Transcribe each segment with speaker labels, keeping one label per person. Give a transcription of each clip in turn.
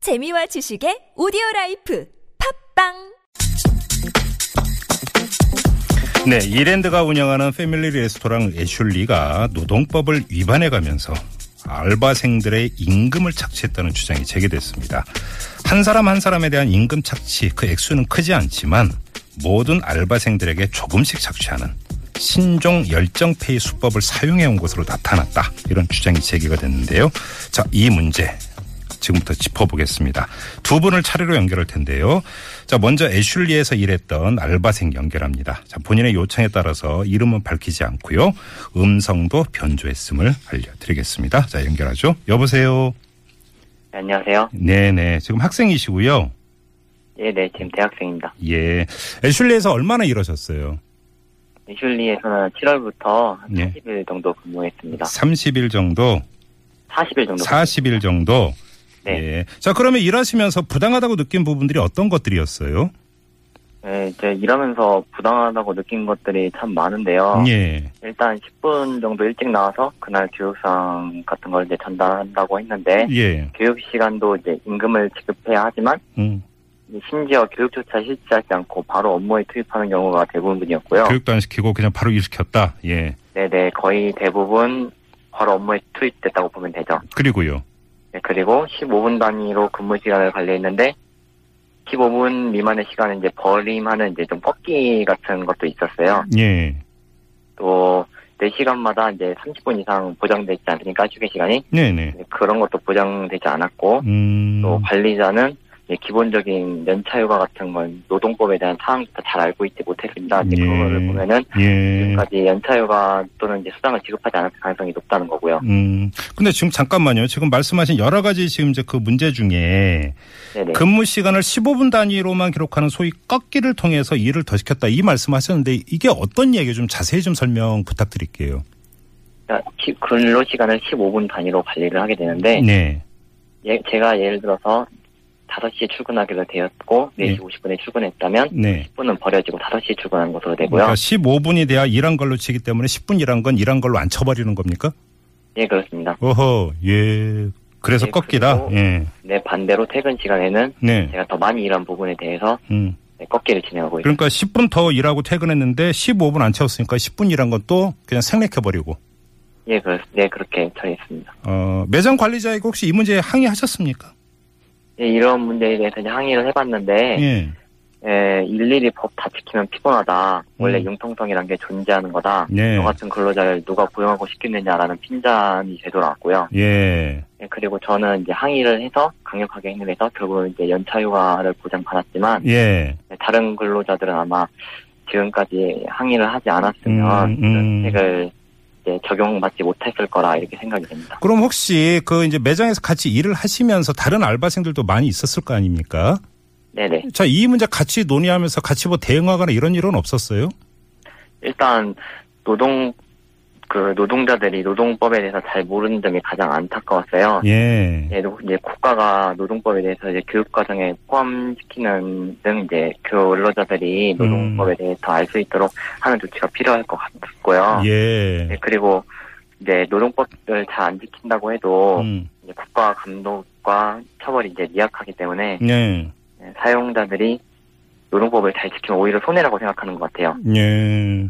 Speaker 1: 재미와 지식의 오디오 라이프 팝빵
Speaker 2: 네, 이랜드가 운영하는 패밀리 레스토랑 애슐리가 노동법을 위반해가면서 알바생들의 임금을 착취했다는 주장이 제기됐습니다. 한 사람 한 사람에 대한 임금 착취 그 액수는 크지 않지만 모든 알바생들에게 조금씩 착취하는 신종 열정페이 수법을 사용해온 것으로 나타났다 이런 주장이 제기가 됐는데요. 자, 이 문제 지금부터 짚어보겠습니다. 두 분을 차례로 연결할 텐데요. 자, 먼저 애슐리에서 일했던 알바생 연결합니다. 자, 본인의 요청에 따라서 이름은 밝히지 않고요. 음성도 변조했음을 알려드리겠습니다. 자, 연결하죠. 여보세요.
Speaker 3: 네, 안녕하세요.
Speaker 2: 네네. 지금 학생이시고요.
Speaker 3: 예, 네, 지금 대학생입니다.
Speaker 2: 예. 애슐리에서 얼마나 일하셨어요?
Speaker 3: 애슐리에서는 7월부터 한
Speaker 2: 예.
Speaker 3: 40일 정도 근무했습니다.
Speaker 2: 30일 정도,
Speaker 3: 40일 정도.
Speaker 2: 40일 정도.
Speaker 3: 네.
Speaker 2: 예. 자, 그러면 일하시면서 부당하다고 느낀 부분들이 어떤 것들이었어요?
Speaker 3: 예, 이제 일하면서 부당하다고 느낀 것들이 참 많은데요.
Speaker 2: 예.
Speaker 3: 일단 10분 정도 일찍 나와서 그날 교육상 같은 걸 이제 전달한다고 했는데
Speaker 2: 예.
Speaker 3: 교육 시간도 이제 임금을 지급해야 하지만
Speaker 2: 음.
Speaker 3: 심지어 교육조차 실시하지 않고 바로 업무에 투입하는 경우가 대부분이었고요.
Speaker 2: 교육도 안 시키고 그냥 바로 일시켰다. 예.
Speaker 3: 네네, 거의 대부분 바로 업무에 투입됐다고 보면 되죠.
Speaker 2: 그리고요.
Speaker 3: 네, 그리고 15분 단위로 근무 시간을 관리했는데 15분 미만의 시간은 이제 벌임하는 이제 좀 꺾기 같은 것도 있었어요.
Speaker 2: 예.
Speaker 3: 또 4시간마다 이제 30분 이상 보장되지 않으니까 휴게 시간이
Speaker 2: 네네.
Speaker 3: 이제 그런 것도 보장되지 않았고
Speaker 2: 음.
Speaker 3: 또 관리자는 이제 기본적인 연차휴가 같은 건 노동법에 대한 사항부터 잘 알고 있지 못했습니다. 이제
Speaker 2: 예.
Speaker 3: 그거를 보면은
Speaker 2: 예.
Speaker 3: 지금까지 연차휴가 또는 이제 수당을 지급하지 않았을 가능성이 높다는 거고요.
Speaker 2: 음. 근데 지금 잠깐만요. 지금 말씀하신 여러 가지 지금 이제 그 문제 중에
Speaker 3: 네네.
Speaker 2: 근무 시간을 15분 단위로만 기록하는 소위 꺾기를 통해서 일을 더 시켰다 이 말씀하셨는데 이게 어떤 얘기 좀 자세히 좀 설명 부탁드릴게요.
Speaker 3: 그러니까 시- 근로 시간을 15분 단위로 관리를 하게 되는데
Speaker 2: 네.
Speaker 3: 예, 제가 예를 들어서 5시에 출근하기로 되었고 4시
Speaker 2: 네.
Speaker 3: 50분에 출근했다면
Speaker 2: 네.
Speaker 3: 10분은 버려지고 5시에 출근하는 것으로 되고요.
Speaker 2: 그러니까 15분이 돼야 일한 걸로 치기 때문에 10분 일한 건 일한 걸로 안 쳐버리는 겁니까?
Speaker 3: 예, 그렇습니다.
Speaker 2: 어허. 예. 그래서
Speaker 3: 네,
Speaker 2: 꺾기다.
Speaker 3: 그리고-
Speaker 2: 예.
Speaker 3: 네, 반대로 퇴근 시간에는
Speaker 2: 네.
Speaker 3: 제가 더 많이 일한 부분에 대해서
Speaker 2: 음.
Speaker 3: 네, 꺾기를 진행하고 있습니다.
Speaker 2: 그러니까 10분 더 일하고 퇴근했는데 15분 안 채웠으니까 10분 일한 건 또 그냥 생략해버리고.
Speaker 3: 예, 그렇, 네, 그렇게 처리했습니다.
Speaker 2: 어, 매장 관리자에게 혹시 이 문제에 항의하셨습니까?
Speaker 3: 예, 이런 문제에 대해서 이제 항의를 해봤는데
Speaker 2: 예.
Speaker 3: 예, 일일이 법 다 지키면 피곤하다. 원래
Speaker 2: 음.
Speaker 3: 융통성이란 게 존재하는 거다.
Speaker 2: 네.
Speaker 3: 너 같은 근로자를 누가 고용하고 시켰느냐라는 핀잔이 되돌아왔고요.
Speaker 2: 예.
Speaker 3: 예, 그리고 저는 이제 항의를 해서 강력하게 행위를 해서 결국은 이제 연차휴가를 보장받았지만 네,
Speaker 2: 예.
Speaker 3: 다른 근로자들은 아마 지금까지 항의를 하지 않았으면
Speaker 2: 음, 음.
Speaker 3: 그 혜택을 이제 적용받지 못했을 거라 이렇게 생각이 됩니다.
Speaker 2: 그럼 혹시 그 이제 매장에서 같이 일을 하시면서 다른 알바생들도 많이 있었을 거 아닙니까?
Speaker 3: 네네.
Speaker 2: 자, 이 문제 같이 논의하면서 같이 뭐 대응하거나 이런 일은 없었어요?
Speaker 3: 일단 노동 그 노동자들이 노동법에 대해서 잘 모르는 점이 가장 안타까웠어요.
Speaker 2: 예.
Speaker 3: 예, 노- 이제 국가가 노동법에 대해서 이제 교육 과정에 포함시키는 등 이제
Speaker 2: 음.
Speaker 3: 근로자들이 노동법에 대해 더 알 수 있도록 하는 조치가 필요할 것 같고요.
Speaker 2: 예.
Speaker 3: 네, 그리고 이제 노동법을 잘 안 지킨다고 해도
Speaker 2: 음.
Speaker 3: 이제 국가 감독과 처벌이 이제 미약하기 때문에
Speaker 2: 예.
Speaker 3: 네, 사용자들이 노동법을 잘 지키면 오히려 손해라고 생각하는 것 같아요.
Speaker 2: 예.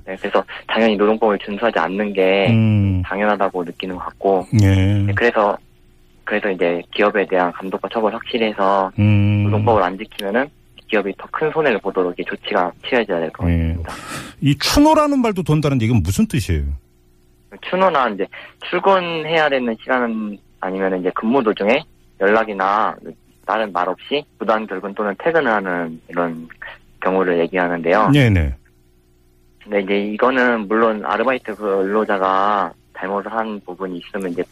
Speaker 3: 네, 그래서 당연히 노동법을 준수하지 않는 게
Speaker 2: 음.
Speaker 3: 당연하다고 느끼는 것 같고
Speaker 2: 예.
Speaker 3: 네, 그래서 그래서 이제 기업에 대한 감독과 처벌 확실히 해서
Speaker 2: 음.
Speaker 3: 노동법을 안 지키면은 기업이 더 큰 손해를 보도록 이 조치가 취해져야 될 것
Speaker 2: 예.
Speaker 3: 같습니다.
Speaker 2: 이 추노라는 말도 돈다는데 이건 무슨 뜻이에요?
Speaker 3: 추노나 이제 출근해야 되는 시간은 아니면 이제 근무 도중에 연락이나 다른 말 없이 부단 결근 또는 퇴근을 하는 이런 경우를 얘기하는데요.
Speaker 2: 예, 네네.
Speaker 3: 근데 이제 이거는 물론 아르바이트 그 근로자가 잘못을 한 부분이 있으면 이제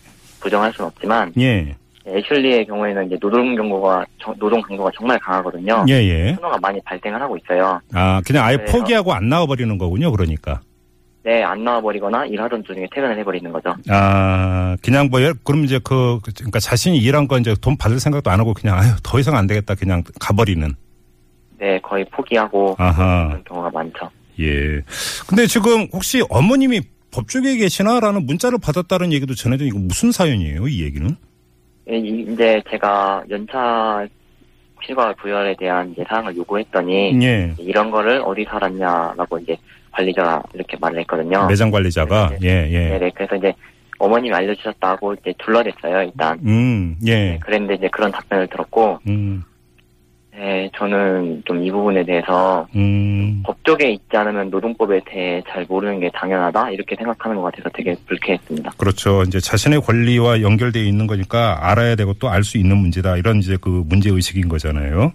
Speaker 3: 부정할 수는 없지만
Speaker 2: 예.
Speaker 3: 애슐리의 경우에는 이제 노동 경고가 정- 노동 강도가 정말 강하거든요.
Speaker 2: 예, 예.
Speaker 3: 추노가 많이 발생을 하고 있어요.
Speaker 2: 아, 그냥 아예
Speaker 3: 네,
Speaker 2: 포기하고 안 나와버리는 거군요, 그러니까.
Speaker 3: 네, 안 나와버리거나 일하던 중에 퇴근을 해버리는 거죠.
Speaker 2: 아, 그냥 뭐, 예, 그럼 이제 그, 그러니까 자신이 일한 건 이제 돈 받을 생각도 안 하고 그냥, 아유, 더 이상 안 되겠다. 그냥 가버리는.
Speaker 3: 네, 거의 포기하고
Speaker 2: 아하,
Speaker 3: 그런 경우가 많죠.
Speaker 2: 예. 근데 지금 혹시 어머님이 법조계에 계시나라는 문자를 받았다는 얘기도 전해져 이거 무슨 사연이에요, 이 얘기는?
Speaker 3: 네, 이- 이제 제가 연차 휴가 부여에 대한 이제 사항을 요구했더니
Speaker 2: 예.
Speaker 3: 이런 거를 어디 살았냐라고 이제 관리자가 이렇게 말을 했거든요.
Speaker 2: 매장 관리자가 예, 예.
Speaker 3: 아, 네네. 그래서 이제 어머님이 알려주셨다고 이제 둘러댔어요, 일단. 네,
Speaker 2: 음, 예.
Speaker 3: 그랬는데 이제 그런 답변을 들었고,
Speaker 2: 음.
Speaker 3: 네, 저는 좀 이 부분에 대해서
Speaker 2: 음.
Speaker 3: 법 쪽에 있지 않으면 노동법에 대해 잘 모르는 게 당연하다 이렇게 생각하는 것 같아서 되게 불쾌했습니다.
Speaker 2: 그렇죠. 이제 자신의 권리와 연결되어 있는 거니까 알아야 되고 또 알 수 있는 문제다. 이런 이제 그 문제 의식인 거잖아요.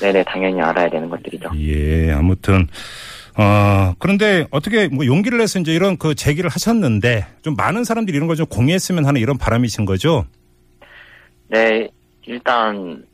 Speaker 3: 네네, 당연히 알아야 되는 것들이죠.
Speaker 2: 예, 아무튼 어, 그런데 어떻게 뭐 용기를 내서 이제 이런 그 제기를 하셨는데 좀 많은 사람들이 이런 걸 좀 공유했으면 하는 이런 바람이신 거죠?
Speaker 3: 네, 일단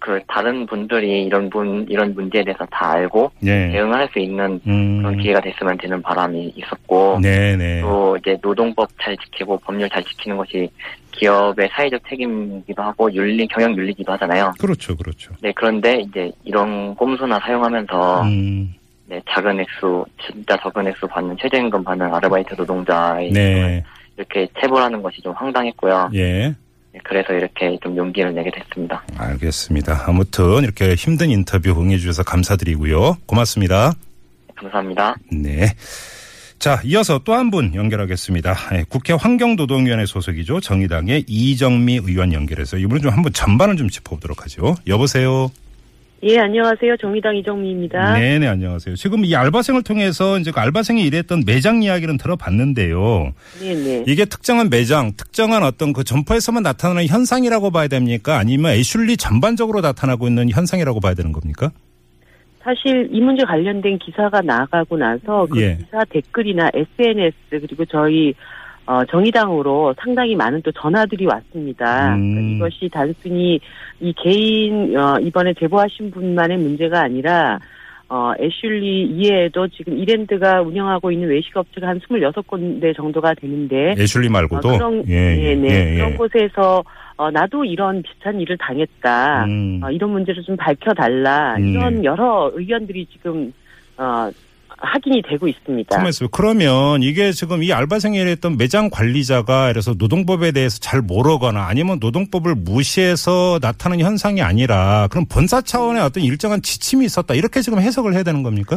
Speaker 3: 그 다른 분들이 이런 분 이런 문제에 대해서 다 알고
Speaker 2: 예.
Speaker 3: 대응할 수 있는
Speaker 2: 음.
Speaker 3: 그런 기회가 됐으면 되는 바람이 있었고
Speaker 2: 네, 네.
Speaker 3: 또 이제 노동법 잘 지키고 법률 잘 지키는 것이 기업의 사회적 책임이기도 하고 윤리 경영 윤리기도 하잖아요.
Speaker 2: 그렇죠. 그렇죠.
Speaker 3: 네, 그런데 이제 이런 꼼수나 사용하면서
Speaker 2: 음.
Speaker 3: 네, 작은 액수, 진짜 적은 액수 받는 최저임금 받는 아르바이트 노동자의
Speaker 2: 네.
Speaker 3: 이렇게 체벌하는 것이 좀 황당했고요.
Speaker 2: 예.
Speaker 3: 네, 그래서 이렇게 좀 용기를 내게 됐습니다.
Speaker 2: 알겠습니다. 아무튼 이렇게 힘든 인터뷰 응해 주셔서 감사드리고요. 고맙습니다.
Speaker 3: 감사합니다.
Speaker 2: 네. 자, 이어서 또 한 분 연결하겠습니다. 예, 국회 환경노동위원회 소속이죠. 정의당의 이정미 의원 연결해서 이분은 좀 한번 전반을 좀 짚어보도록 하죠. 여보세요.
Speaker 4: 예, 안녕하세요. 정의당 이정미입니다.
Speaker 2: 네네, 안녕하세요. 지금 이 알바생을 통해서 이제 그 알바생이 일했던 매장 이야기는 들어봤는데요.
Speaker 4: 네, 네.
Speaker 2: 이게 특정한 매장, 특정한 어떤 그 점포에서만 나타나는 현상이라고 봐야 됩니까? 아니면 애슐리 전반적으로 나타나고 있는 현상이라고 봐야 되는 겁니까?
Speaker 4: 사실 이 문제 관련된 기사가 나가고 나서 그
Speaker 2: 예.
Speaker 4: 기사 댓글이나 SNS 그리고 저희 어, 정의당으로 상당히 많은 또 전화들이 왔습니다.
Speaker 2: 음.
Speaker 4: 그러니까 이것이 단순히 이 개인 어, 이번에 제보하신 분만의 문제가 아니라 어, 애슐리 이외에도 지금 이랜드가 운영하고 있는 외식업체가 한 26군데 정도가 되는데
Speaker 2: 애슐리 말고도
Speaker 4: 어, 그런,
Speaker 2: 네, 예, 예,
Speaker 4: 네, 네.
Speaker 2: 예, 예.
Speaker 4: 그런 곳에서 어, 나도 이런 비슷한 일을 당했다.
Speaker 2: 음,
Speaker 4: 어, 이런 문제를 좀 밝혀달라
Speaker 2: 음.
Speaker 4: 이런 여러 의견들이 지금 어, 확인이 되고 있습니다.
Speaker 2: 가만있어. 그러면 이게 지금 이 알바생이 일했던 매장 관리자가 그래서 노동법에 대해서 잘 모르거나 아니면 노동법을 무시해서 나타나는 현상이 아니라 그럼 본사 차원의 어떤 일정한 지침이 있었다 이렇게 지금 해석을 해야 되는 겁니까?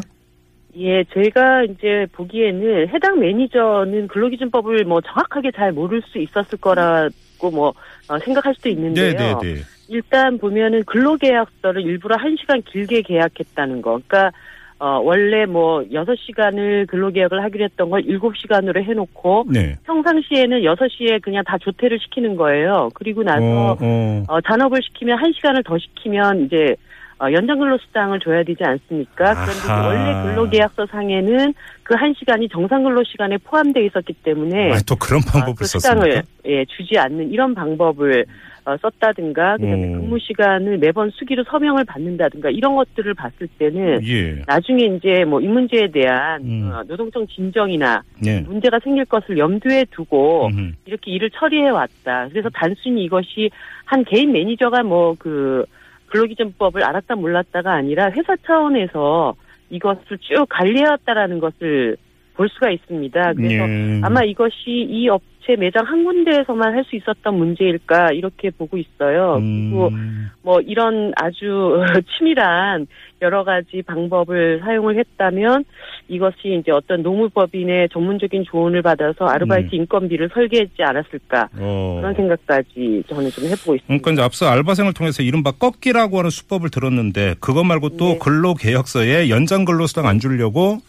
Speaker 4: 예, 제가 이제 보기에는 해당 매니저는 근로기준법을 뭐 정확하게 잘 모를 수 있었을 거라고 뭐 어, 생각할 수도 있는데요.
Speaker 2: 네.
Speaker 4: 일단 보면은 근로계약서를 일부러 한 시간 길게 계약했다는 거. 그러니까 어, 원래 뭐 6시간을 근로계약을 하기로 했던 걸 7시간으로 해놓고
Speaker 2: 네.
Speaker 4: 평상시에는 6시에 그냥 다 조퇴를 시키는 거예요. 그리고 나서
Speaker 2: 어, 어.
Speaker 4: 어, 잔업을 시키면 한 시간을 더 시키면 이제 어, 연장근로수당을 줘야 되지 않습니까? 그런데 그
Speaker 2: 아하.
Speaker 4: 원래 근로계약서 상에는 그 한 시간이 정상근로 시간에 포함되어 있었기 때문에
Speaker 2: 아, 또 그런
Speaker 4: 아,
Speaker 2: 방법을
Speaker 4: 그
Speaker 2: 썼습니까?
Speaker 4: 수당을 예, 주지 않는 이런 방법을 어, 썼다든가
Speaker 2: 음.
Speaker 4: 그다음에 근무 시간을 매번 수기로 서명을 받는다든가 이런 것들을 봤을 때는
Speaker 2: 예.
Speaker 4: 나중에 이제 뭐 이 문제에 대한
Speaker 2: 음.
Speaker 4: 어, 노동청 진정이나
Speaker 2: 네.
Speaker 4: 문제가 생길 것을 염두에 두고
Speaker 2: 음.
Speaker 4: 이렇게 일을 처리해 왔다. 그래서 단순히 이것이 한 개인 매니저가 뭐 그 근로기준법을 알았다 몰랐다가 아니라 회사 차원에서 이것을 쭉 관리해왔다라는 것을 볼 수가 있습니다. 그래서
Speaker 2: 예.
Speaker 4: 아마 이것이 이 업체 매장 한 군데에서만 할 수 있었던 문제일까 이렇게 보고 있어요. 그리고
Speaker 2: 음.
Speaker 4: 뭐 이런 아주 치밀한 여러 가지 방법을 사용을 했다면 이것이 이제 어떤 노무법인의 전문적인 조언을 받아서 아르바이트 인건비를 설계했지 않았을까
Speaker 2: 음. 어.
Speaker 4: 그런 생각까지 저는 좀 해보고 있습니다.
Speaker 2: 그러니까 이제 앞서 알바생을 통해서 이른바 꺾기라고 하는 수법을 들었는데 그것 말고 또
Speaker 4: 네.
Speaker 2: 근로계약서에 연장 근로수당 안 주려고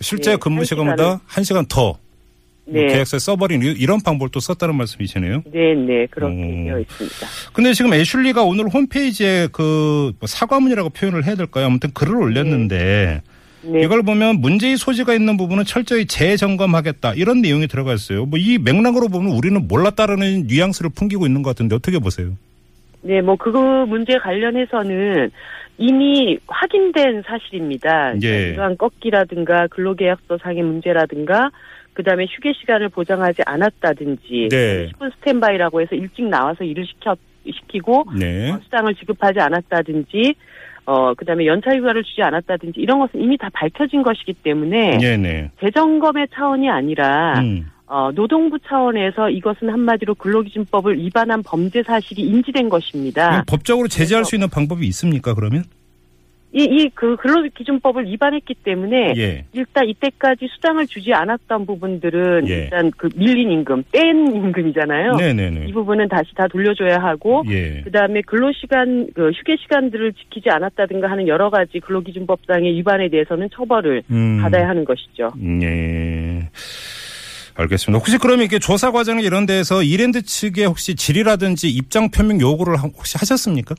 Speaker 2: 실제
Speaker 4: 네,
Speaker 2: 근무
Speaker 4: 한
Speaker 2: 시간보다 한 시간 더
Speaker 4: 네,
Speaker 2: 계약서에 써버린 이- 이런 방법을 또 썼다는 말씀이시네요.
Speaker 4: 네, 네 그렇게
Speaker 2: 음.
Speaker 4: 되어 있습니다.
Speaker 2: 근데 지금 애슐리가 오늘 홈페이지에 그뭐 사과문이라고 표현을 해야 될까요? 아무튼 글을 올렸는데
Speaker 4: 네,
Speaker 2: 이걸 보면 문제의 소지가 있는 부분은 철저히 재점검하겠다 이런 내용이 들어가 있어요. 뭐 이 맥락으로 보면 우리는 몰랐다라는 뉘앙스를 풍기고 있는 것 같은데 어떻게 보세요?
Speaker 4: 네, 뭐 그 문제 관련해서는 이미 확인된 사실입니다.
Speaker 2: 예.
Speaker 4: 이러한 꺾기라든가 근로계약서 상의 문제라든가 그다음에 휴게 시간을 보장하지 않았다든지
Speaker 2: 네.
Speaker 4: 10분 스탠바이라고 해서 일찍 나와서 일을 시켜 시키고
Speaker 2: 네.
Speaker 4: 어, 수당을 지급하지 않았다든지 어 그다음에 연차 휴가를 주지 않았다든지 이런 것은 이미 다 밝혀진 것이기 때문에
Speaker 2: 네, 네.
Speaker 4: 재점검의 차원이 아니라
Speaker 2: 음.
Speaker 4: 어, 노동부 차원에서 이것은 한마디로 근로기준법을 위반한 범죄 사실이 인지된 것입니다.
Speaker 2: 법적으로 제재할 수 있는 방법이 있습니까? 그러면
Speaker 4: 이, 이, 그 근로기준법을 위반했기 때문에
Speaker 2: 예.
Speaker 4: 일단 이때까지 수당을 주지 않았던 부분들은
Speaker 2: 예.
Speaker 4: 일단 그 밀린 임금, 뺀 임금이잖아요.
Speaker 2: 네네네.
Speaker 4: 이 부분은 다시 다 돌려줘야 하고
Speaker 2: 예.
Speaker 4: 그다음에 근로시간 그 휴게 시간들을 지키지 않았다든가 하는 여러 가지 근로기준법상의 위반에 대해서는 처벌을
Speaker 2: 음.
Speaker 4: 받아야 하는 것이죠.
Speaker 2: 예. 알겠습니다. 혹시 그러면 이렇게 조사 과정에 이런 데에서 이랜드 측에 혹시 질의라든지 입장 표명 요구를 하- 혹시 하셨습니까?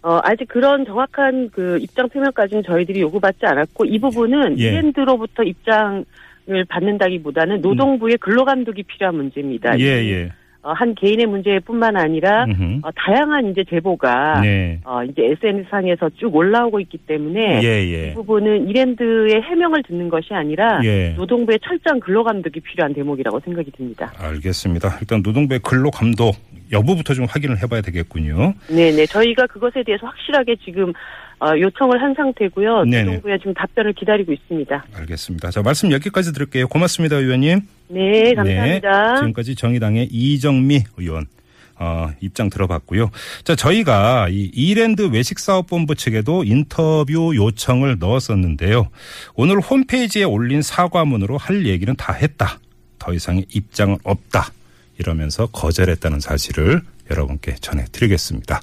Speaker 4: 어, 아직 그런 정확한 그 입장 표명까지는 저희들이 요구받지 않았고 이 부분은
Speaker 2: 예.
Speaker 4: 이랜드로부터 입장을 받는다기보다는 노동부의 근로감독이 필요한 문제입니다.
Speaker 2: 예, 예.
Speaker 4: 어, 한 개인의 문제뿐만 아니라
Speaker 2: 음흠.
Speaker 4: 어, 다양한 이제 제보가
Speaker 2: 네.
Speaker 4: 어, 이제 SNS 상에서 쭉 올라오고 있기 때문에
Speaker 2: 예,
Speaker 4: 이
Speaker 2: 예.
Speaker 4: 부분은 이랜드의 해명을 듣는 것이 아니라
Speaker 2: 예.
Speaker 4: 노동부의 철저한 근로감독이 필요한 대목이라고 생각이 듭니다.
Speaker 2: 알겠습니다. 일단 노동부의 근로 감독 여부부터 좀 확인을 해봐야 되겠군요.
Speaker 4: 네네. 저희가 그것에 대해서 확실하게 지금 어, 요청을 한 상태고요.
Speaker 2: 네네.
Speaker 4: 노동부에 지금 답변을 기다리고 있습니다.
Speaker 2: 알겠습니다. 자, 말씀 여기까지 드릴게요. 고맙습니다, 의원님.
Speaker 4: 네, 감사합니다.
Speaker 2: 네, 지금까지 정의당의 이정미 의원 어, 입장 들어봤고요. 자, 저희가 이 이랜드 외식사업본부 측에도 인터뷰 요청을 넣었었는데요. 오늘 홈페이지에 올린 사과문으로 할 얘기는 다 했다. 더 이상의 입장은 없다. 이러면서 거절했다는 사실을 여러분께 전해드리겠습니다.